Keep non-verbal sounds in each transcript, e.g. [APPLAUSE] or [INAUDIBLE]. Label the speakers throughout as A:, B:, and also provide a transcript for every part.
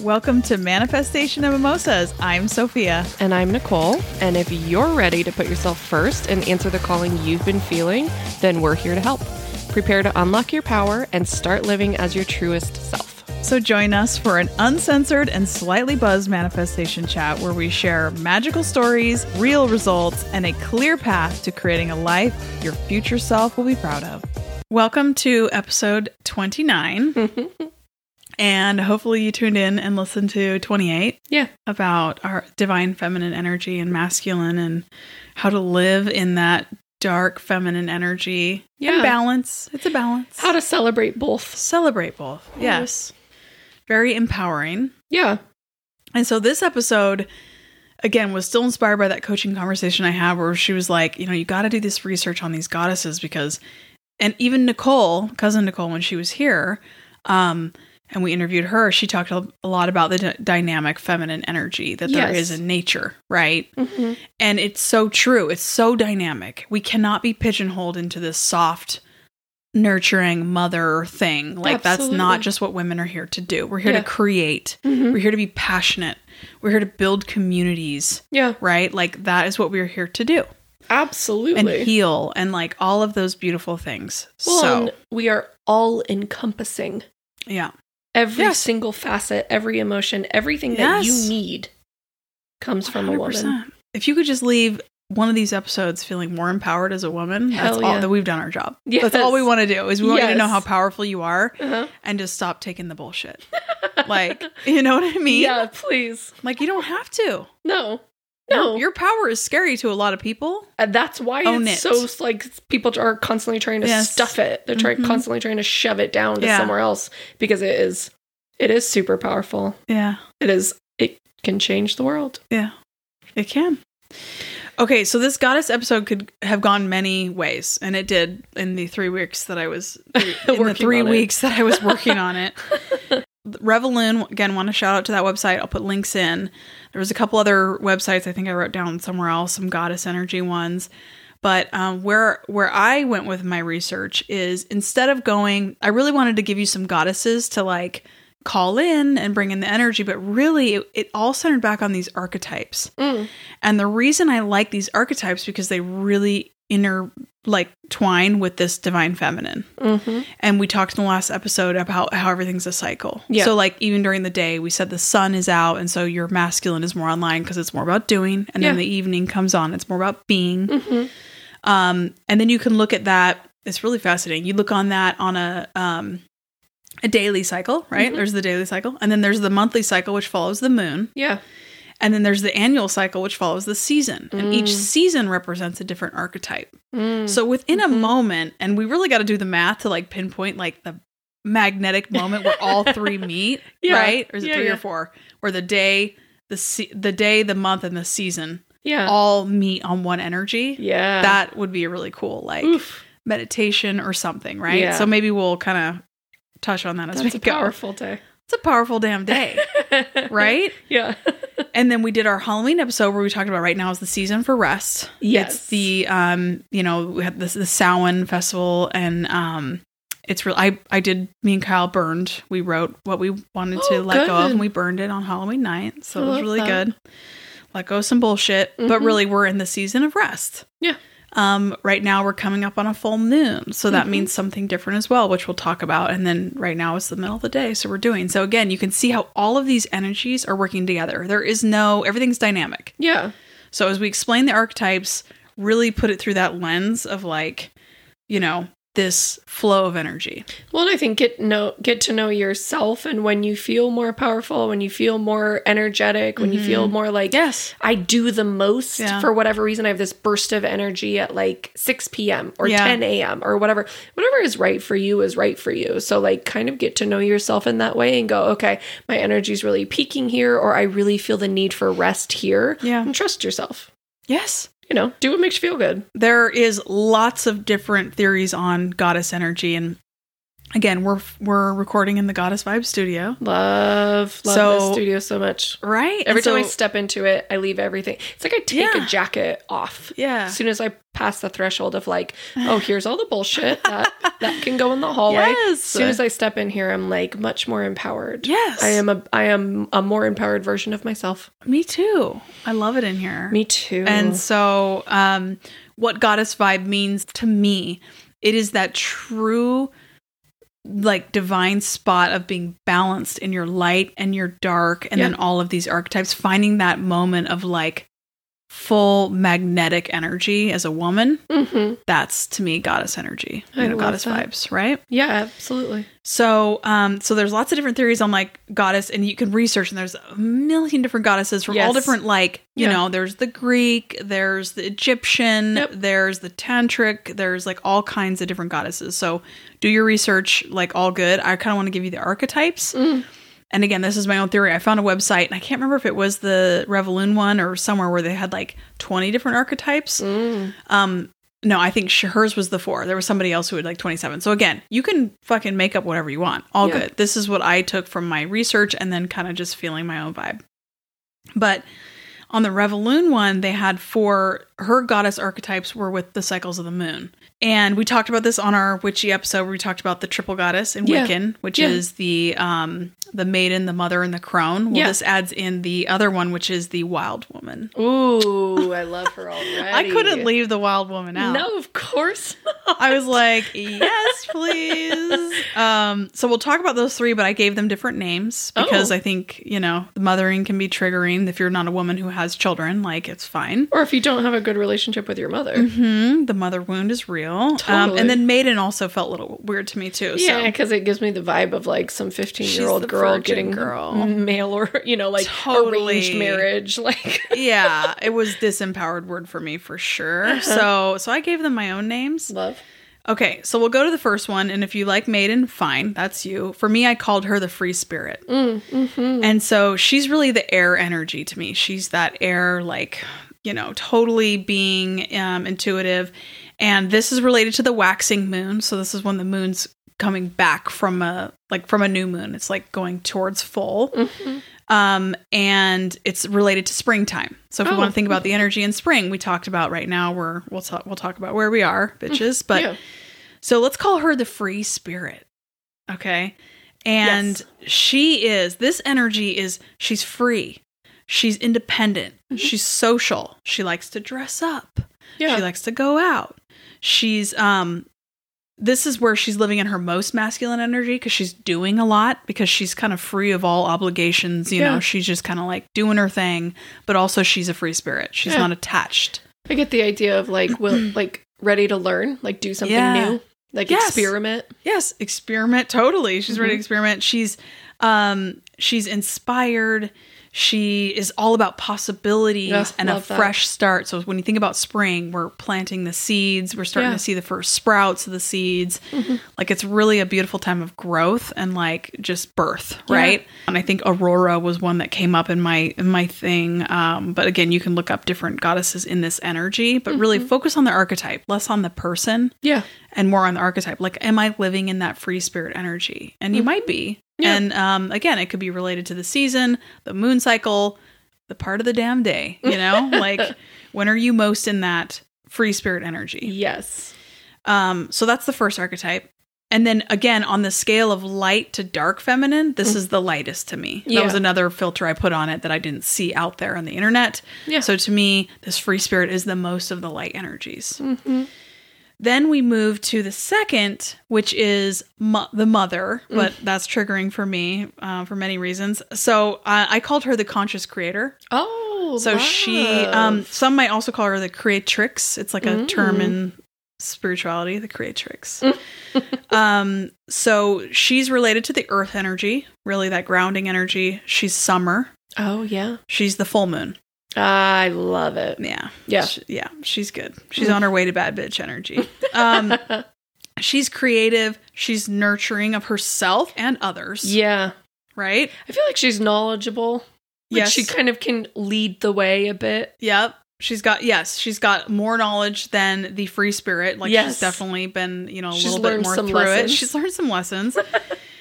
A: Welcome to Manifestation of Mimosas. I'm Sophia.
B: And I'm Nicole. And if you're ready to put yourself first and answer the calling you've been feeling, then we're here to help. Prepare to unlock your power and start living as your truest self.
A: So join us for an uncensored and slightly buzzed manifestation chat where we share magical stories, real results, and a clear path to creating a life your future self will be proud of. Welcome to episode 29. and hopefully you tuned in and listened to 28
B: Yeah.
A: about our divine feminine energy and masculine and how to live in that dark feminine energy. And
B: Yeah.
A: balance. It's a balance.
B: How to celebrate both.
A: celebrate both. Yes. Very empowering.
B: Yeah.
A: And so this episode, again, was still inspired by that coaching conversation I had where she was like, you know, you got to do this research on these goddesses because, and even Nicole, cousin Nicole, when she was here, um, and we interviewed her, she talked a a lot about the d- dynamic feminine energy that there
B: Yes.
A: is in nature, right?
B: Mm-hmm.
A: And it's so true. It's so dynamic. We cannot be pigeonholed into this soft, nurturing mother thing. Like, that's not
B: Absolutely.
A: just what women are here to do. We're here
B: Yeah.
A: to create,
B: Mhm.
A: we're here to be passionate, we're here to build communities,
B: Yeah.
A: right? Like, that is what we're here to do and
B: Absolutely.
A: heal and like all of those beautiful things.
B: Well,
A: so,
B: and we are all encompassing
A: yeah.
B: every
A: Yes.
B: single facet, every emotion, everything
A: Yes.
B: that you need comes from a woman.
A: 100%. If you could just leave one of these episodes feeling more empowered as a woman, that's
B: Hell
A: all
B: yeah.
A: that we've done our job. That's all we
B: Yes.
A: want to do is we want you to know
B: Yes.
A: how powerful you are.
B: Uh-huh.
A: and just stop taking the bullshit. Like, [LAUGHS] you know what I mean?
B: yeah, please.
A: Like, you don't have to.
B: No. No.
A: Your power is scary to a lot of people.
B: And Uh, that's why
A: Own
B: it's
A: it.
B: so like people are constantly trying to
A: Yes.
B: stuff it. They're trying
A: Mhm.
B: constantly trying to shove it down to
A: Yeah.
B: somewhere else because it is it is super powerful.
A: Yeah,
B: It is it can change the world.
A: it can. Okay, so this goddess episode could have gone many ways, and it did in the three weeks that I
B: [LAUGHS]
A: was in the
B: Working
A: three
B: on it.
A: weeks that I was working on
B: [LAUGHS]
A: it. Revaloon again. Want to shout out to that website? I'll put links in. There was a couple other websites I think I wrote down somewhere else, some goddess energy ones. But um, where where I went with my research is instead of going, I really wanted to give you some goddesses to like call in and bring in the energy, but really it, it all centered back on these archetypes.
B: Mm.
A: And the reason I like these archetypes because they really inter like twine with this divine feminine.
B: Mhm.
A: And we talked in the last episode about how everything's a cycle.
B: Yeah.
A: So, like, even during the day, we said the sun is out. And so your masculine is more online because it's more about doing. And then
B: Yeah.
A: the evening comes on, it's more about being.
B: Mhm.
A: Um, and then you can look at that. It's really fascinating. You look on that on a, um, a daily cycle, right?
B: Mhm.
A: There's the daily cycle. And then there's the monthly cycle, which follows the moon.
B: Yeah.
A: And then there's the annual cycle, which follows the season. And each
B: Mm.
A: season represents a different archetype.
B: Mm.
A: So within a
B: Mhm.
A: moment, and we really got to do the math to like pinpoint like the magnetic moment where
B: [LAUGHS]
A: all three meet,
B: Yeah.
A: right? Or is it
B: Yeah,
A: three or
B: yeah.
A: four? Where the day, the se- the day, the month, and the season
B: yeah.
A: all meet on one energy.
B: Uh. yeah.
A: That would be a really cool like
B: Oof.
A: meditation or something, right?
B: Yeah.
A: So maybe we'll kind of touch on that as
B: That's
A: we
B: a
A: go.
B: powerful day. [LAUGHS]
A: It's a powerful damn day, right?
B: Yeah.
A: and then we did our Halloween episode where we talked about right now is the season for rest.
B: Yes.
A: It's the um, you know, we had this the Samhain festival and um it's real I I did me and Kyle burned. We wrote what we wanted to
B: Oh,
A: let go of
B: good.
A: and we burned it on Halloween night. So
B: I
A: it was
B: love
A: really
B: that.
A: good. Let go of some bullshit. But
B: Mhm.
A: really we're in the season of rest.
B: Yeah.
A: Um, right now we're coming up on a full moon. So that
B: Mhm.
A: means something different as well, which we'll talk about. And then right now it's the middle of the day. So we're doing. So again, you can see how all of these energies are working together. There is no everything's dynamic.
B: Yeah.
A: So as we explain the archetypes, really put it through that lens of like, you know, this flow of energy.
B: Well, and I think get know get to know yourself, and when you feel more powerful, when you feel more energetic, when you feel more like
A: Mm-hmm. Yes.
B: I do the most
A: Yeah.
B: for whatever reason. I have this burst of energy at like 6 p.m. or
A: Yeah.
B: 10 a.m. or whatever. Whatever is right for you is right for you. So, like, kind of get to know yourself in that way and go, okay, my energy's really peaking here, or I really feel the need for rest here.
A: Yeah.
B: And trust yourself.
A: Yes.
B: You know, do what makes you feel good.
A: There is lots of different theories on goddess energy and Again, we're we're recording in the Goddess Vibe studio,
B: Love, love
A: So-
B: this studio so much.
A: right?
B: Every
A: And
B: time I
A: so-
B: step into it, I leave everything. It's like I take
A: Yeah.
B: a jacket off.
A: Yeah.
B: As soon as I pass the threshold
A: [LAUGHS]
B: of like, oh, here's all the bullshit that that can go in the hallway.
A: Yes.
B: As soon as I step in here, I'm like much more empowered.
A: Yes.
B: I am a I am a more empowered version of myself.
A: me too. I love it in here.
B: Me too.
A: And so, um, what goddess vibe means to me, it is that true, like divine spot of being balanced in your light and your dark, and
B: Yeah.
A: then all of these archetypes, finding that moment of like full magnetic energy as a
B: [LAUGHS]
A: woman.
B: hmm
A: That's to me goddess energy, you
B: I
A: know,
B: love
A: goddess
B: that.
A: vibes, right?
B: yeah, absolutely.
A: So, um, so there's lots of different theories on like goddess, and you can research, and there's a million different goddesses from all
B: Yes.
A: different like you
B: Yeah.
A: know, there's the Greek, there's the Egyptian,
B: Yep.
A: there's the tantric, there's like all kinds of different goddesses. So do your research, like all good. I kind of want to give you the archetypes.
B: Mm.
A: And again, this is my own theory. I found a website, and I can't remember if it was the Revolune one or somewhere where they had like 20 different archetypes.
B: Mm.
A: Um, no, I think sh- hers was the four. There was somebody else who had like 27. So again, you can fucking make up whatever you want. All
B: Yeah.
A: good. This is what I took from my research and then kind of just feeling my own vibe. But on the Revolune one, they had four, her goddess archetypes were with the cycles of the moon. And we talked about this on our witchy episode where we talked about the triple goddess in
B: Yeah.
A: Wiccan, which
B: Yeah.
A: is the um the maiden, the mother, and the crone. Well,
B: Yeah.
A: this adds in the other one, which is the wild woman.
B: Ooh, [LAUGHS] I love her already.
A: I couldn't leave the wild woman out.
B: No, of course. not.
A: I was like, yes, please. Um, so we'll talk about those three, but I gave them different names because
B: Oh.
A: I think, you know, the mothering can be triggering if you're not a woman who has children, like it's fine.
B: or if you don't have a good relationship with your mother.
A: hmm The mother wound is real. Um,
B: Totally.
A: and then maiden also felt a little weird to me too.
B: Yeah,
A: So
B: because it gives me the vibe of like some
A: She's the
B: fifteen-year-old girl
A: virgin
B: getting
A: girl.
B: [LAUGHS] mail or you know like
A: Totally.
B: arranged marriage. [LAUGHS] Like
A: yeah, it was disempowered word for me for
B: Uh-huh.
A: sure. So so I gave them my own names.
B: love.
A: Okay, so we'll go to the first one, and if you like Maiden, fine, that's you. For me, I called her the free spirit.
B: Mm-hmm.
A: And so she's really the air energy to me. She's that air, like, you know, totally being um, intuitive. And this is related to the waxing moon. So this is when the moon's coming back from a like from a new moon. It's like going towards full.
B: Mm-hmm.
A: Um, and it's related to springtime. So if we
B: Oh.
A: want to think about the energy in spring, we talked about right now. We're we'll talk we'll talk about where we are, bitches. But
B: [LAUGHS] Yeah.
A: so let's call her the free spirit. Okay. And she is, this energy is, she's free. She's independent. She's social. She likes to dress up.
B: Mm-hmm. yeah,
A: She likes to go out. She's, um, this is where she's living in her most masculine energy because she's doing a lot because she's kind of free of all obligations. You
B: Yeah.
A: know, she's just kind of like doing her thing, but also she's a free spirit. She's
B: Yeah.
A: not attached.
B: I get the idea
A: [CLEARS THROAT]
B: of like will like ready to learn, like do something
A: Yeah.
B: new, like
A: Yes.
B: experiment.
A: Yes, experiment totally. She's ready to
B: Mhm.
A: experiment. She's um she's inspired. She is all about possibilities
B: Yeah,
A: and a
B: love that.
A: fresh start. So when you think about spring, we're planting the seeds, we're starting
B: Yeah. Mm-hmm.
A: to see the first sprouts of the seeds. Like it's really a beautiful time of growth and like just birth,
B: Yeah.
A: right? And I think Aurora was one that came up in my in my thing. Um, but again, you can look up different goddesses in this energy, but really
B: Mm-hmm.
A: focus on the archetype, less on the person
B: Yeah,
A: and more on the archetype. Like, am I living in that free spirit energy? And you might be.
B: Mm-hmm. Yeah.
A: And um, again, it could be related to the season, the moon cycle, the part of the damn day. You
B: [LAUGHS]
A: know, like when are you most in that free spirit energy?
B: yes,
A: Um, so that's the first archetype. And then again, on the scale of light to dark feminine, this is the lightest to me.
B: Mm. Yeah.
A: That was another filter I put on it that I didn't see out there on the internet.
B: yeah.
A: So to me, this free spirit is the most of the light energies.
B: Mhm.
A: Then we move to the second, which is mo- the mother,
B: Mm.
A: but that's triggering for me uh, for many reasons. So uh, I called her the conscious creator.
B: oh,
A: So she, um,
B: love. Mm.
A: some might also call her the creatrix. It's like a term in spirituality, the
B: [LAUGHS]
A: creatrix. um, so she's related to the earth energy, really that grounding energy. She's summer.
B: oh yeah, Ah,
A: She's the full moon.
B: I love it.
A: Yeah.
B: Yeah. [LAUGHS] Mm.
A: Sh- yeah. She's good. She's on her way to bad bitch energy. Um, she's creative she's nurturing of herself and others
B: yeah,
A: right
B: I feel like she's knowledgeable. Like
A: yes
B: she kind of can lead the way a bit.
A: yep She's got yes, she's got more knowledge than the free spirit. Like
B: Yes.
A: she's definitely been, you know, a
B: She's
A: little bit
B: learned
A: more
B: some
A: through
B: lessons.
A: it. She's learned some
B: [LAUGHS]
A: lessons.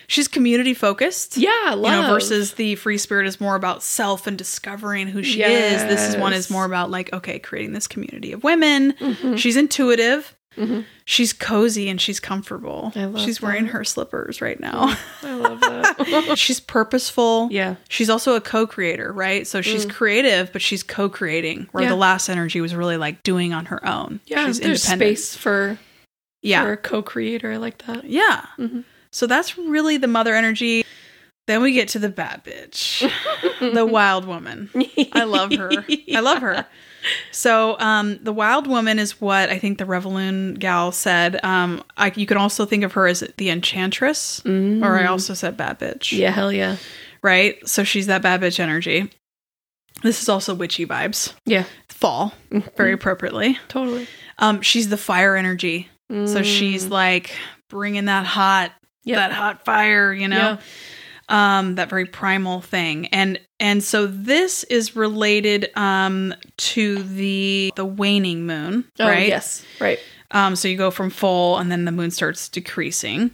A: she's community focused. You
B: Yeah, love.
A: know, versus the free spirit is more about self and discovering who she is. This is one
B: Yes. Mm-hmm.
A: is more about like, okay, creating this community of women. She's intuitive.
B: Mhm.
A: She's cozy and she's comfortable.
B: I love
A: she's wearing
B: that.
A: her slippers right now.
B: I love that.
A: [LAUGHS] she's purposeful.
B: yeah.
A: She's also a co-creator, right? So she's creative, but she's co-creating. Where
B: Mm. Yeah.
A: the last energy was really like doing on her own.
B: Yeah.
A: she's
B: There's space for,
A: Yeah,
B: for a co creator. I like that.
A: yeah.
B: Mhm.
A: So that's really the mother energy. Then we get to the bad
B: [LAUGHS]
A: bitch, the wild woman. I love her. I love her. So um, the wild woman is what I think the Reveloon gal said. Um, I, you can also think of her as the enchantress, [LAUGHS]
B: Mm.
A: or I also said bad bitch.
B: Yeah, hell yeah.
A: right? So she's that bad bitch energy. This is also witchy vibes.
B: Yeah.
A: Fall,
B: Mm,
A: very appropriately.
B: Totally.
A: Um, she's the fire energy. So she's like bringing that hot,
B: Mm. Yep.
A: that hot fire, you know, um, that very primal thing. And and so this is related um to the the waning moon,
B: Oh,
A: right?
B: Yes. Right.
A: Um, so you go from full, and then the moon starts decreasing.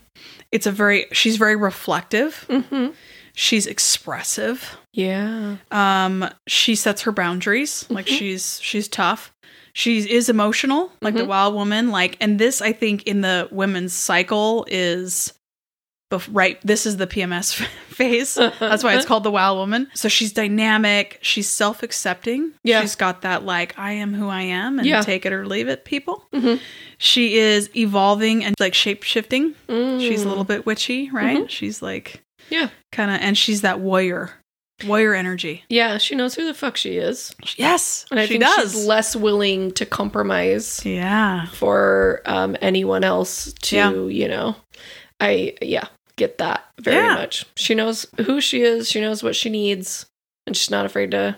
A: It's a very she's very reflective.
B: Mm-hmm.
A: She's expressive.
B: Yeah.
A: um she sets her boundaries like
B: Mm-hmm.
A: she's she's tough she is emotional like the
B: Mhm.
A: wild woman like and this i think in the women's cycle is bef- right this is the pms [LAUGHS] phase that's why it's called the wild woman so she's dynamic she's self-accepting
B: Yeah.
A: she's got that like i am who i am and
B: Yeah.
A: take it or leave it people
B: Mhm.
A: she is evolving and like shape-shifting she's a
B: Mm. Mm-hmm.
A: little bit witchy right she's like
B: Yeah.
A: kind of and she's that warrior warrior energy
B: Yeah. She knows who the fuck she is.
A: Yes,
B: And I
A: she
B: think
A: does.
B: she's less willing to compromise
A: yeah,
B: for um, anyone else to,
A: Yeah.
B: you know, I, yeah, get that very
A: Yeah.
B: much. She knows who she is. She knows what she needs. And she's not afraid to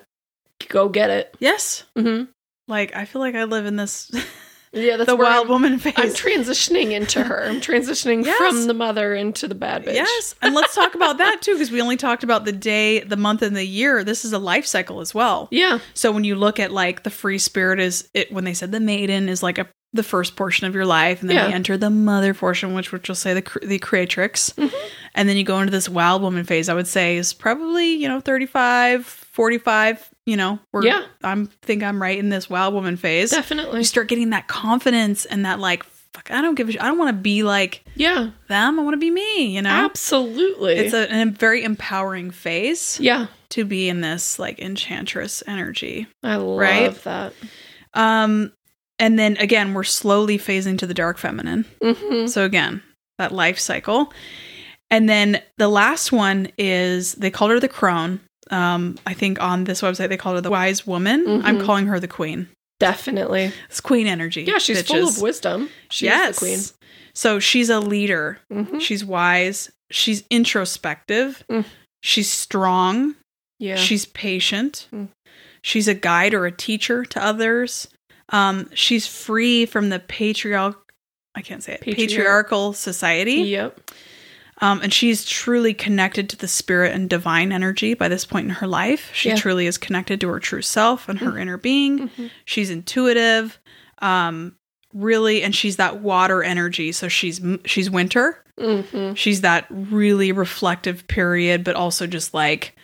B: go get it.
A: yes.
B: Mm-hmm.
A: Like I feel like I live in this
B: Yeah. That's
A: the
B: where
A: wild
B: I'm,
A: woman phase.
B: I'm transitioning into her. I'm
A: [LAUGHS]
B: transitioning
A: Yes.
B: from the mother into the bad bitch.
A: yes, and let's talk about that too because we only talked about the day, the month, and the year. This is a life cycle as well.
B: Yeah.
A: So when you look at like the free spirit is it when they said the maiden is like a the first portion of your life, and then
B: Yeah.
A: we enter the mother portion, which which will say the cr- the creatrix,
B: Mhm.
A: and then you go into this wild woman phase. I would say is probably you know 35, 45, You know, we're,
B: Yeah.
A: I'm think I'm right in this wild woman phase.
B: Definitely.
A: you start getting that confidence and that like fuck i don't give a sh- i don't want to be like
B: Yeah.
A: them i want to be me you know
B: Absolutely.
A: it's a, an- a very empowering phase
B: yeah.
A: to be in this like enchantress energy
B: I love
A: Right?
B: that.
A: um and then again we're slowly phasing to the dark feminine
B: Mm-hmm.
A: so again that life cycle and then the last one is they called her the crone um i think on this website they called her the wise woman i'm
B: Mhm.
A: calling her the queen
B: Definitely.
A: it's queen energy
B: Yeah, she's full
A: bitches.
B: of wisdom. She's the queen.
A: So she's a leader.
B: Mhm.
A: She's wise. She's introspective.
B: Mm.
A: She's strong.
B: Yeah.
A: She's patient.
B: Mm.
A: She's a guide or a teacher to others. Um, she's free from the patriarch. I can't say it.
B: Patriarch-
A: Patriarchal society.
B: yep.
A: Um, and she's truly connected to the spirit and divine energy by this point in her life. She
B: Yeah.
A: truly is connected to her true self and her inner being.
B: Mhm.
A: She's intuitive, um, really, and she's that water energy. So she's she's winter.
B: Mhm.
A: She's that really reflective period, but also just like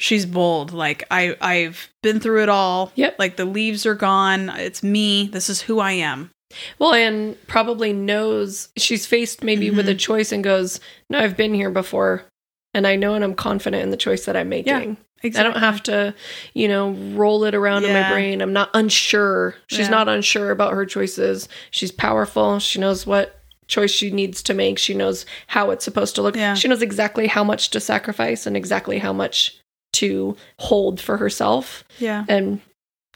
A: she's bold. Like I I've been through it all.
B: Yep.
A: Like the leaves are gone. It's me. This is who I am.
B: Well, and probably knows she's faced maybe with
A: Mm-hmm.
B: a choice and goes, "No, I've been here before." And I know and I'm confident in the choice that I'm making.
A: Yeah,
B: I don't have to, you know, roll it around in my
A: Yeah.
B: brain. I'm not unsure. She's
A: Yeah.
B: not unsure about her choices. She's powerful. She knows what choice she needs to make. She knows how it's supposed to look.
A: Yeah.
B: She knows exactly how much to sacrifice and exactly how much to hold for herself
A: Yeah.
B: and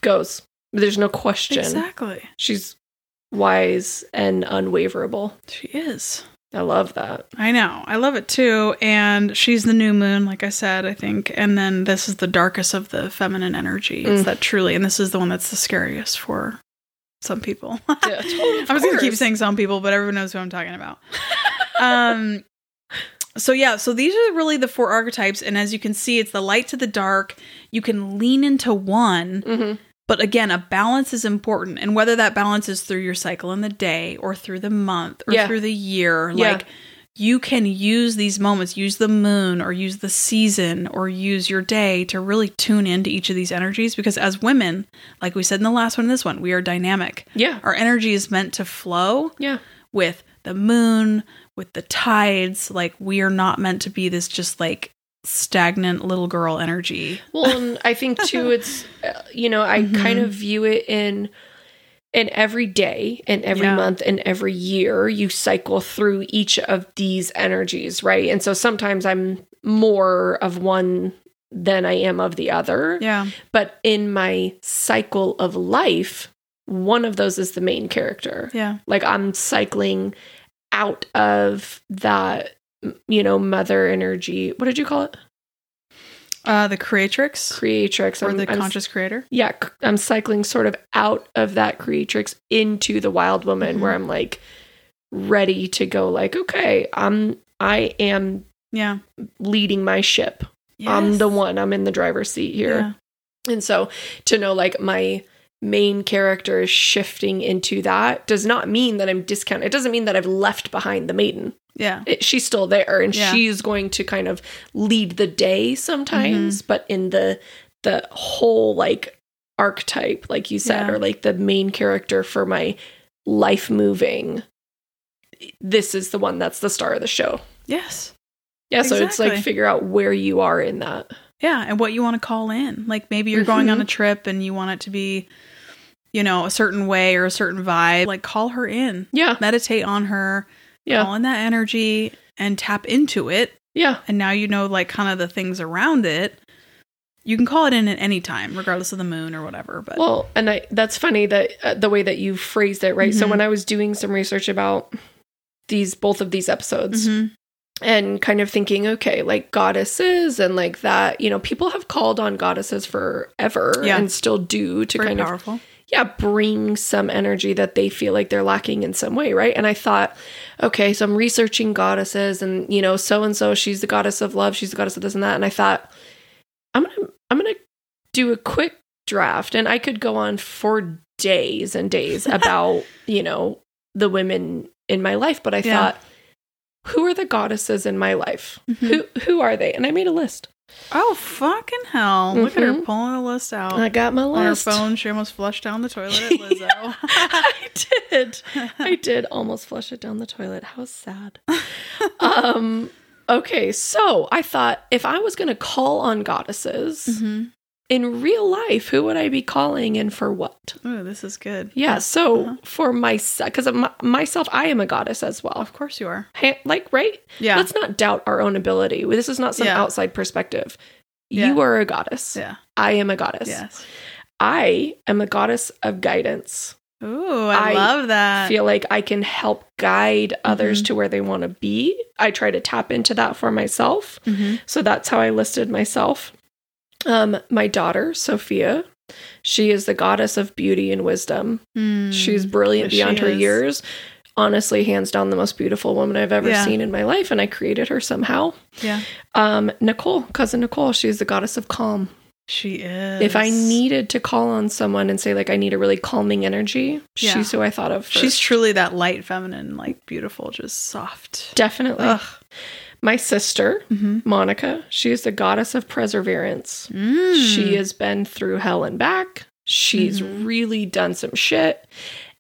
B: goes. There's no question.
A: Exactly.
B: She's wise and unwaverable.
A: She is.
B: I love that.
A: I know. I love it too. And she's the new moon, like I said, I think. And then this is the darkest of the feminine energy. It's
B: Mm.
A: that truly, and this is the one that's the scariest for some people.
B: Yeah, totally,
A: [LAUGHS]
B: of
A: I'm just gonna keep
B: course.
A: saying some people, but everyone knows who I'm talking about. um. [LAUGHS] So yeah, so these are really the four archetypes, and as you can see, it's the light to the dark. You can lean into one,
B: Mhm.
A: But again, a balance is important. And whether that balance is through your cycle in the day or through the month or
B: Yeah.
A: through the year,
B: Yeah.
A: like you can use these moments, use the moon or use the season or use your day to really tune into each of these energies. Because as women, like we said in the last one and this one, we are dynamic.
B: Yeah.
A: Our energy is meant to flow
B: Yeah.
A: with the moon, with the tides. Like we are not meant to be this just like stagnant little girl energy.
B: Well, and I
A: [LAUGHS]
B: think too, it's uh, you know, I kind
A: Mm-hmm.
B: of view it in in every day, and every
A: Yeah.
B: month, and every year. You cycle through each of these energies, right? And so sometimes I'm more of one than I am of the other.
A: Yeah.
B: But in my cycle of life, one of those is the main character.
A: Yeah.
B: Like I'm cycling out of that, you know, mother energy. What did you call it?
A: Uh, the creatrix.
B: Creatrix.
A: or
B: I'm-
A: the
B: I'm
A: conscious creator.
B: yeah, c- I'm cycling sort of out of that creatrix into the wild woman
A: Mhm.
B: where I'm like ready to go like, okay, I'm I am
A: Yeah.
B: leading my ship. I'm the
A: Yes.
B: one. I'm in the driver's seat
A: Yeah.
B: here. And so to know like my main character is shifting into that does not mean that I'm discounted. It doesn't mean that I've left behind the maiden.
A: Yeah.
B: It, she's still there and
A: Yeah.
B: she's going to kind of lead the day
A: Mm-hmm.
B: sometimes, but in the the whole like archetype like you said
A: Yeah.
B: or like the main character for my life moving this is the one that's the star of the show.
A: Yes.
B: Yeah, so it's like
A: Exactly.
B: figure out where you are in that.
A: Yeah. And what you want to call in. Like maybe you're going
B: Mm-hmm.
A: on a trip and you want it to be, you know, a certain way or a certain vibe. Like call her in,
B: Yeah.
A: meditate on her,
B: Yeah.
A: call in that energy and tap into it.
B: Yeah.
A: And now you know, like, kind of the things around it. You can call it in at any time, regardless of the moon or whatever. But
B: Well, and I that's funny that uh, the way that you phrased it, right? So
A: Mhm.
B: when I was doing some research about these both of these episodes,
A: Mhm.
B: and kind of thinking, okay, like goddesses and like that, you know, people have called on goddesses forever
A: Yeah.
B: and still do to
A: very
B: kind of
A: powerful.
B: yeah, bring some energy that they feel like they're lacking in some way, right? And I thought, okay, so I'm researching goddesses and you know, so and so, she's the goddess of love, she's the goddess of this and that. And I thought, I'm gonna I'm gonna do a quick draft and I could go on for days and days [LAUGHS] about, you know, the women in my life, but I
A: Yeah.
B: thought, who are the goddesses in my life?
A: Mhm.
B: Who who are they? And I made a list.
A: Oh fucking hell! Look at her
B: Mhm.
A: pulling the list out
B: I got my
A: on her
B: list. [LAUGHS]
A: phone. She almost flushed down the toilet at Lizzo.
B: I
A: [LAUGHS]
B: did. I did almost flush it down the toilet. How sad. [LAUGHS] um okay, so I thought if I was going to call on goddesses
A: hmm
B: in real life, who would I be calling and for what?
A: Oh, this is good.
B: Yeah, so
A: Uh-huh.
B: for myself cuz myself I am a goddess as well.
A: Of course you are.
B: Ha- Like, right?
A: Yeah.
B: Let's not doubt our own ability. This is not some
A: Yeah.
B: outside perspective.
A: Yeah.
B: You are a goddess.
A: yeah.
B: I am a goddess.
A: Yes.
B: I am a goddess of guidance.
A: Ooh, I,
B: I
A: love that.
B: feel like I can help guide
A: Mm-hmm.
B: others to where they want to be. I try to tap into that for myself.
A: Mhm.
B: So that's how I listed myself. Um, my daughter, Sophia, she is the goddess of beauty and wisdom.
A: Mm.
B: She's
A: Yes,
B: brilliant
A: she
B: beyond her
A: is.
B: years. Honestly, hands down, the most beautiful woman I've ever
A: Yeah.
B: seen in my life, and I created her somehow.
A: Hmm. yeah.
B: Um, Nicole, cousin Nicole, she's the goddess of calm.
A: She is.
B: If I needed to call on someone and say, like, I need a really calming energy,
A: Yeah.
B: she's who I thought of. First.
A: she's truly that light feminine, like beautiful, just soft.
B: definitely.
A: Ugh.
B: My sister,
A: Mhm.
B: Monica, she is the goddess of perseverance.
A: Mm.
B: She has been through hell and back. She's
A: Mhm.
B: really done some shit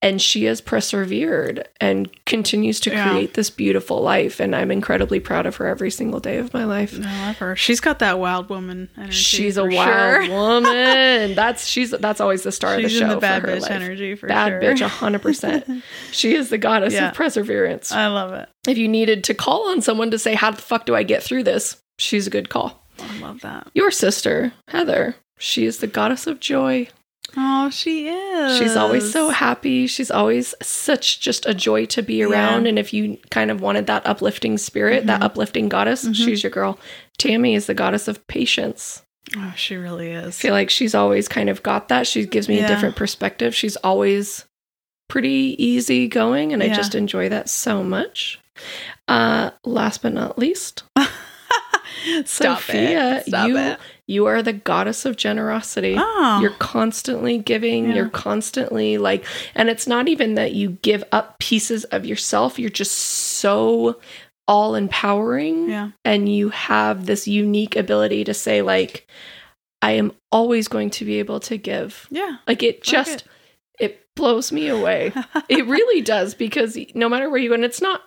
B: and she has persevered and continues to
A: Yeah.
B: create this beautiful life. And I'm incredibly proud of her every single day of my life.
A: I love her. She's got that wild woman energy.
B: She's a
A: for
B: wild
A: sure. [LAUGHS]
B: woman. That's she's that's always the star
A: She's
B: of the show.
A: in the bad
B: for her
A: bitch
B: life.
A: energy for
B: bad
A: sure.
B: bitch,
A: [LAUGHS]
B: hundred percent. She is the goddess
A: Yeah. Uh,
B: of perseverance.
A: I love it.
B: if you needed to call on someone to say, How the fuck do I get through this? She's a good call.
A: I love that.
B: Your sister, Heather, she is the goddess of joy.
A: Oh, she is.
B: She's always so happy. She's always such just a joy to be around.
A: Yeah.
B: And if you kind of wanted that uplifting spirit, that
A: Mhm.
B: uplifting goddess,
A: Mhm.
B: she's your girl. Tammy is the goddess of patience.
A: Oh, she really
B: I
A: is.
B: feel like she's always kind of got that. She gives me
A: Yeah.
B: a different perspective. She's always pretty easy going, and I
A: Yeah. [LAUGHS]
B: just enjoy that so much. Uh, last but not least,
A: Stop
B: Sophia,
A: it. Stop
B: you
A: it.
B: you are the goddess of generosity.
A: Oh.
B: You're constantly giving,
A: Yeah.
B: you're constantly like and it's not even that you give up pieces of yourself, you're just so all empowering
A: Yeah.
B: and you have this unique ability to say like I am always going to be able to give.
A: Yeah.
B: Like it just
A: it.
B: it. blows me away. it really does because no matter where you go and it's not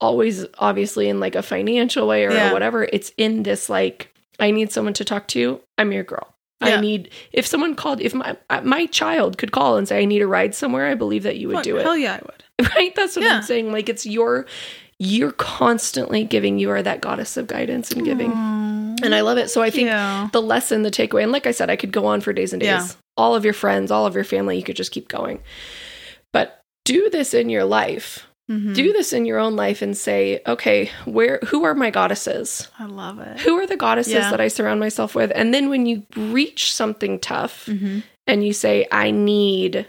B: always obviously in like a financial way or
A: Yeah.
B: whatever, it's in this like I need someone to talk to. I'm your girl.
A: Yeah.
B: I need if someone called if my uh, my child could call and say I need a ride somewhere, I believe that you would
A: [LAUGHS] Fuck,
B: do it
A: Hell yeah, I would.
B: [LAUGHS] right that's what
A: Yeah.
B: i'm saying like it's your you're constantly giving you are that goddess of guidance and giving
A: Aw,
B: and i love it so i think
A: yeah.
B: the lesson the takeaway and like i said i could go on for days and days
A: Yeah.
B: all of your friends all of your family you could just keep going but do this in your life
A: Mhm.
B: do this in your own life and say okay where who are my goddesses
A: I love it.
B: who are the goddesses
A: Yeah.
B: that i surround myself with and then when you reach something tough
A: Mm-hmm.
B: and you say i need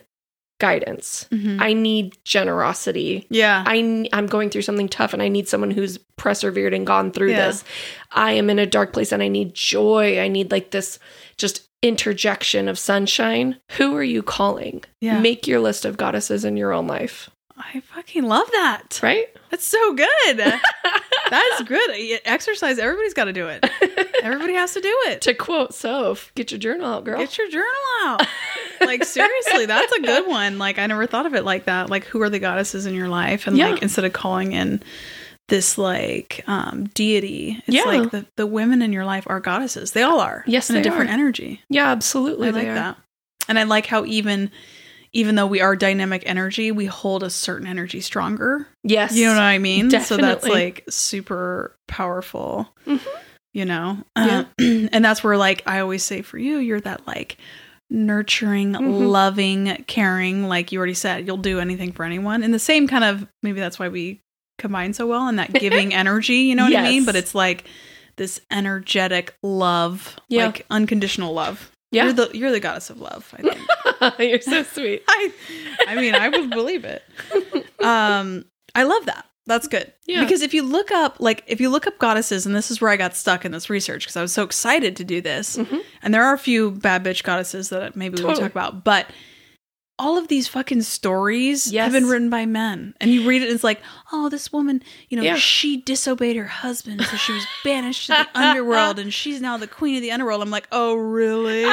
B: guidance
A: Mm-hmm.
B: i need generosity
A: yeah.
B: I n- I'm going through something tough and I need someone who's persevered and gone through
A: Yeah.
B: this. I am in a dark place and I need joy. I need like this just interjection of sunshine. Who are you calling?
A: yeah.
B: Make your list of goddesses in your own life,
A: I fucking love that.
B: right?
A: That's so
B: [LAUGHS]
A: good. That's good. Exercise. Everybody's got to do
B: [LAUGHS]
A: it. Everybody has to do it.
B: to quote Soph, get your journal out, girl.
A: Get your journal out. like seriously, that's a good one. Like I never thought of it like that. Like who are the goddesses in your life? And
B: Yeah.
A: like instead of calling in this like um deity, it's
B: Yeah.
A: like the, the women in your life are goddesses. They all are.
B: Yes,
A: In a
B: they
A: different
B: are.
A: energy.
B: yeah, absolutely.
A: I
B: they
A: like
B: are.
A: that. And I like how even even though we are dynamic energy, we hold a certain energy stronger.
B: Yes.
A: You know what I mean? So that's
B: Definitely.
A: like super powerful.
B: Mhm.
A: You know?
B: Yeah.
A: Uh, [CLEARS THROAT] and that's where like I always say for you, you're that like nurturing,
B: Mhm.
A: loving, caring, like you already said, you'll do anything for anyone. And the same kind of maybe that's why we combine so well
B: [LAUGHS]
A: and that giving energy, you know what I mean?
B: Yes.
A: But it's like this energetic love,
B: Yeah.
A: like unconditional love. You're
B: yeah.
A: the you're the goddess of love, I think.
B: [LAUGHS]
A: [LAUGHS]
B: You're so sweet.
A: I I mean, I would believe
B: [LAUGHS]
A: it. Um I love that. That's good.
B: Yeah.
A: Because if you look up like if you look up goddesses and this is where I got stuck in this research because I was so excited to do this.
B: Mhm.
A: And there are a few bad bitch goddesses that maybe we'll
B: Totally.
A: talk about, but all of these fucking stories have
B: Yes.
A: been written by men. And you read it and it's like, "Oh, this woman, you know,
B: Yeah.
A: she disobeyed her husband, so she was banished to the
B: [LAUGHS]
A: underworld and she's now the queen of the underworld." I'm like, "Oh,
B: [LAUGHS]
A: really?"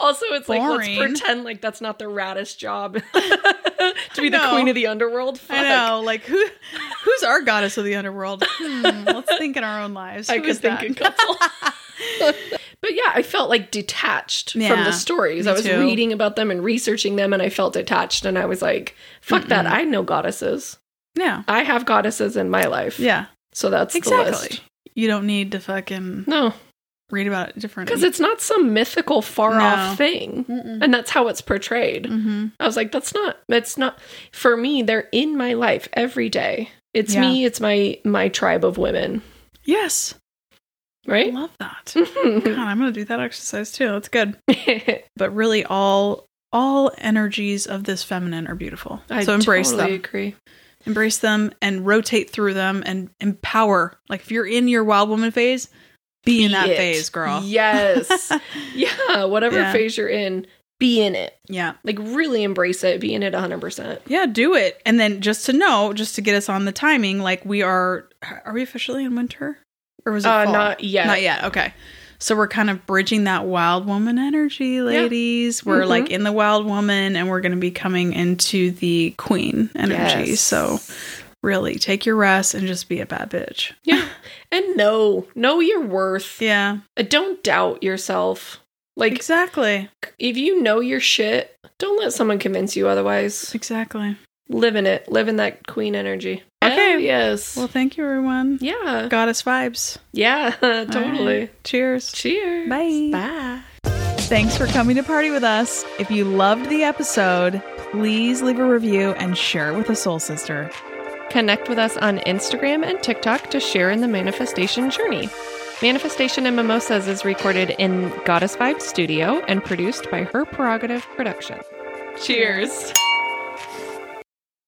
B: also, it's
A: Boring.
B: like let's pretend like that's not the raddest job [LAUGHS] to be the
A: know.
B: queen of the underworld.
A: I
B: Fuck.
A: know, like who, who's our goddess of the underworld? Hmm, let's think in our own lives.
B: I
A: Who
B: could
A: is
B: think
A: that?
B: in couple. [LAUGHS] but yeah, I felt like detached from
A: Yeah,
B: the stories.
A: me
B: I was
A: too.
B: reading about them and researching them, and I felt detached. And I was like, "Fuck that! I know goddesses.
A: yeah,
B: I have goddesses in my life.
A: yeah,
B: So that's the
A: exactly.
B: list.
A: You don't need to fucking
B: No,
A: read about it different.
B: because it's not some mythical, far
A: No.
B: off thing." And that's how it's portrayed.
A: Mm-hmm.
B: I was like, that's not that's not for me, they're in my life every day. It's
A: Yeah.
B: me, it's my my tribe of women,
A: Yes, I [LAUGHS]
B: right? [LAUGHS]
A: love that. God, I'm gonna do that exercise too. That's good.
B: I
A: But really, all all energies of this feminine are beautiful. so embrace
B: totally
A: them,
B: agree.
A: embrace them, and rotate through them, and empower. Like if you're in your wild woman phase, be, in that
B: Be it.
A: phase, girl. [LAUGHS]
B: Yes. yeah, whatever
A: Yeah.
B: phase you're in, be in it.
A: yeah.
B: Like really embrace it, be in it 100%.
A: Yeah, do it. And then just to know, just to get us on the timing, like we are are we officially in winter? Or was it
B: Uh,
A: fall?
B: not yet.
A: Not yet. Okay. So we're kind of bridging that wild woman energy, ladies. We're
B: Mhm.
A: like in the wild woman and we're going to be coming into the queen energy.
B: Yes.
A: So really take your rest and just be a bad bitch.
B: yeah. And know, know your worth.
A: Yeah.
B: Uh, Don't doubt yourself. Like
A: Exactly.
B: if you know your shit, don't let someone convince you otherwise.
A: Exactly.
B: Live in it. Live in that queen energy.
A: Okay.
B: Oh, yes.
A: Well, thank you everyone.
B: yeah.
A: Goddess vibes.
B: Yeah. [LAUGHS]
A: All right.
B: Totally.
A: Cheers.
B: Cheers.
A: Bye.
B: Bye.
A: Thanks for coming to party with us. If you loved the episode, please leave a review and share it with a soul sister.
B: Connect with us on Instagram and TikTok to share in the manifestation journey. Manifestation and Mimosas is recorded in Goddess Vibe Studio and produced by Her Prerogative Production. Cheers.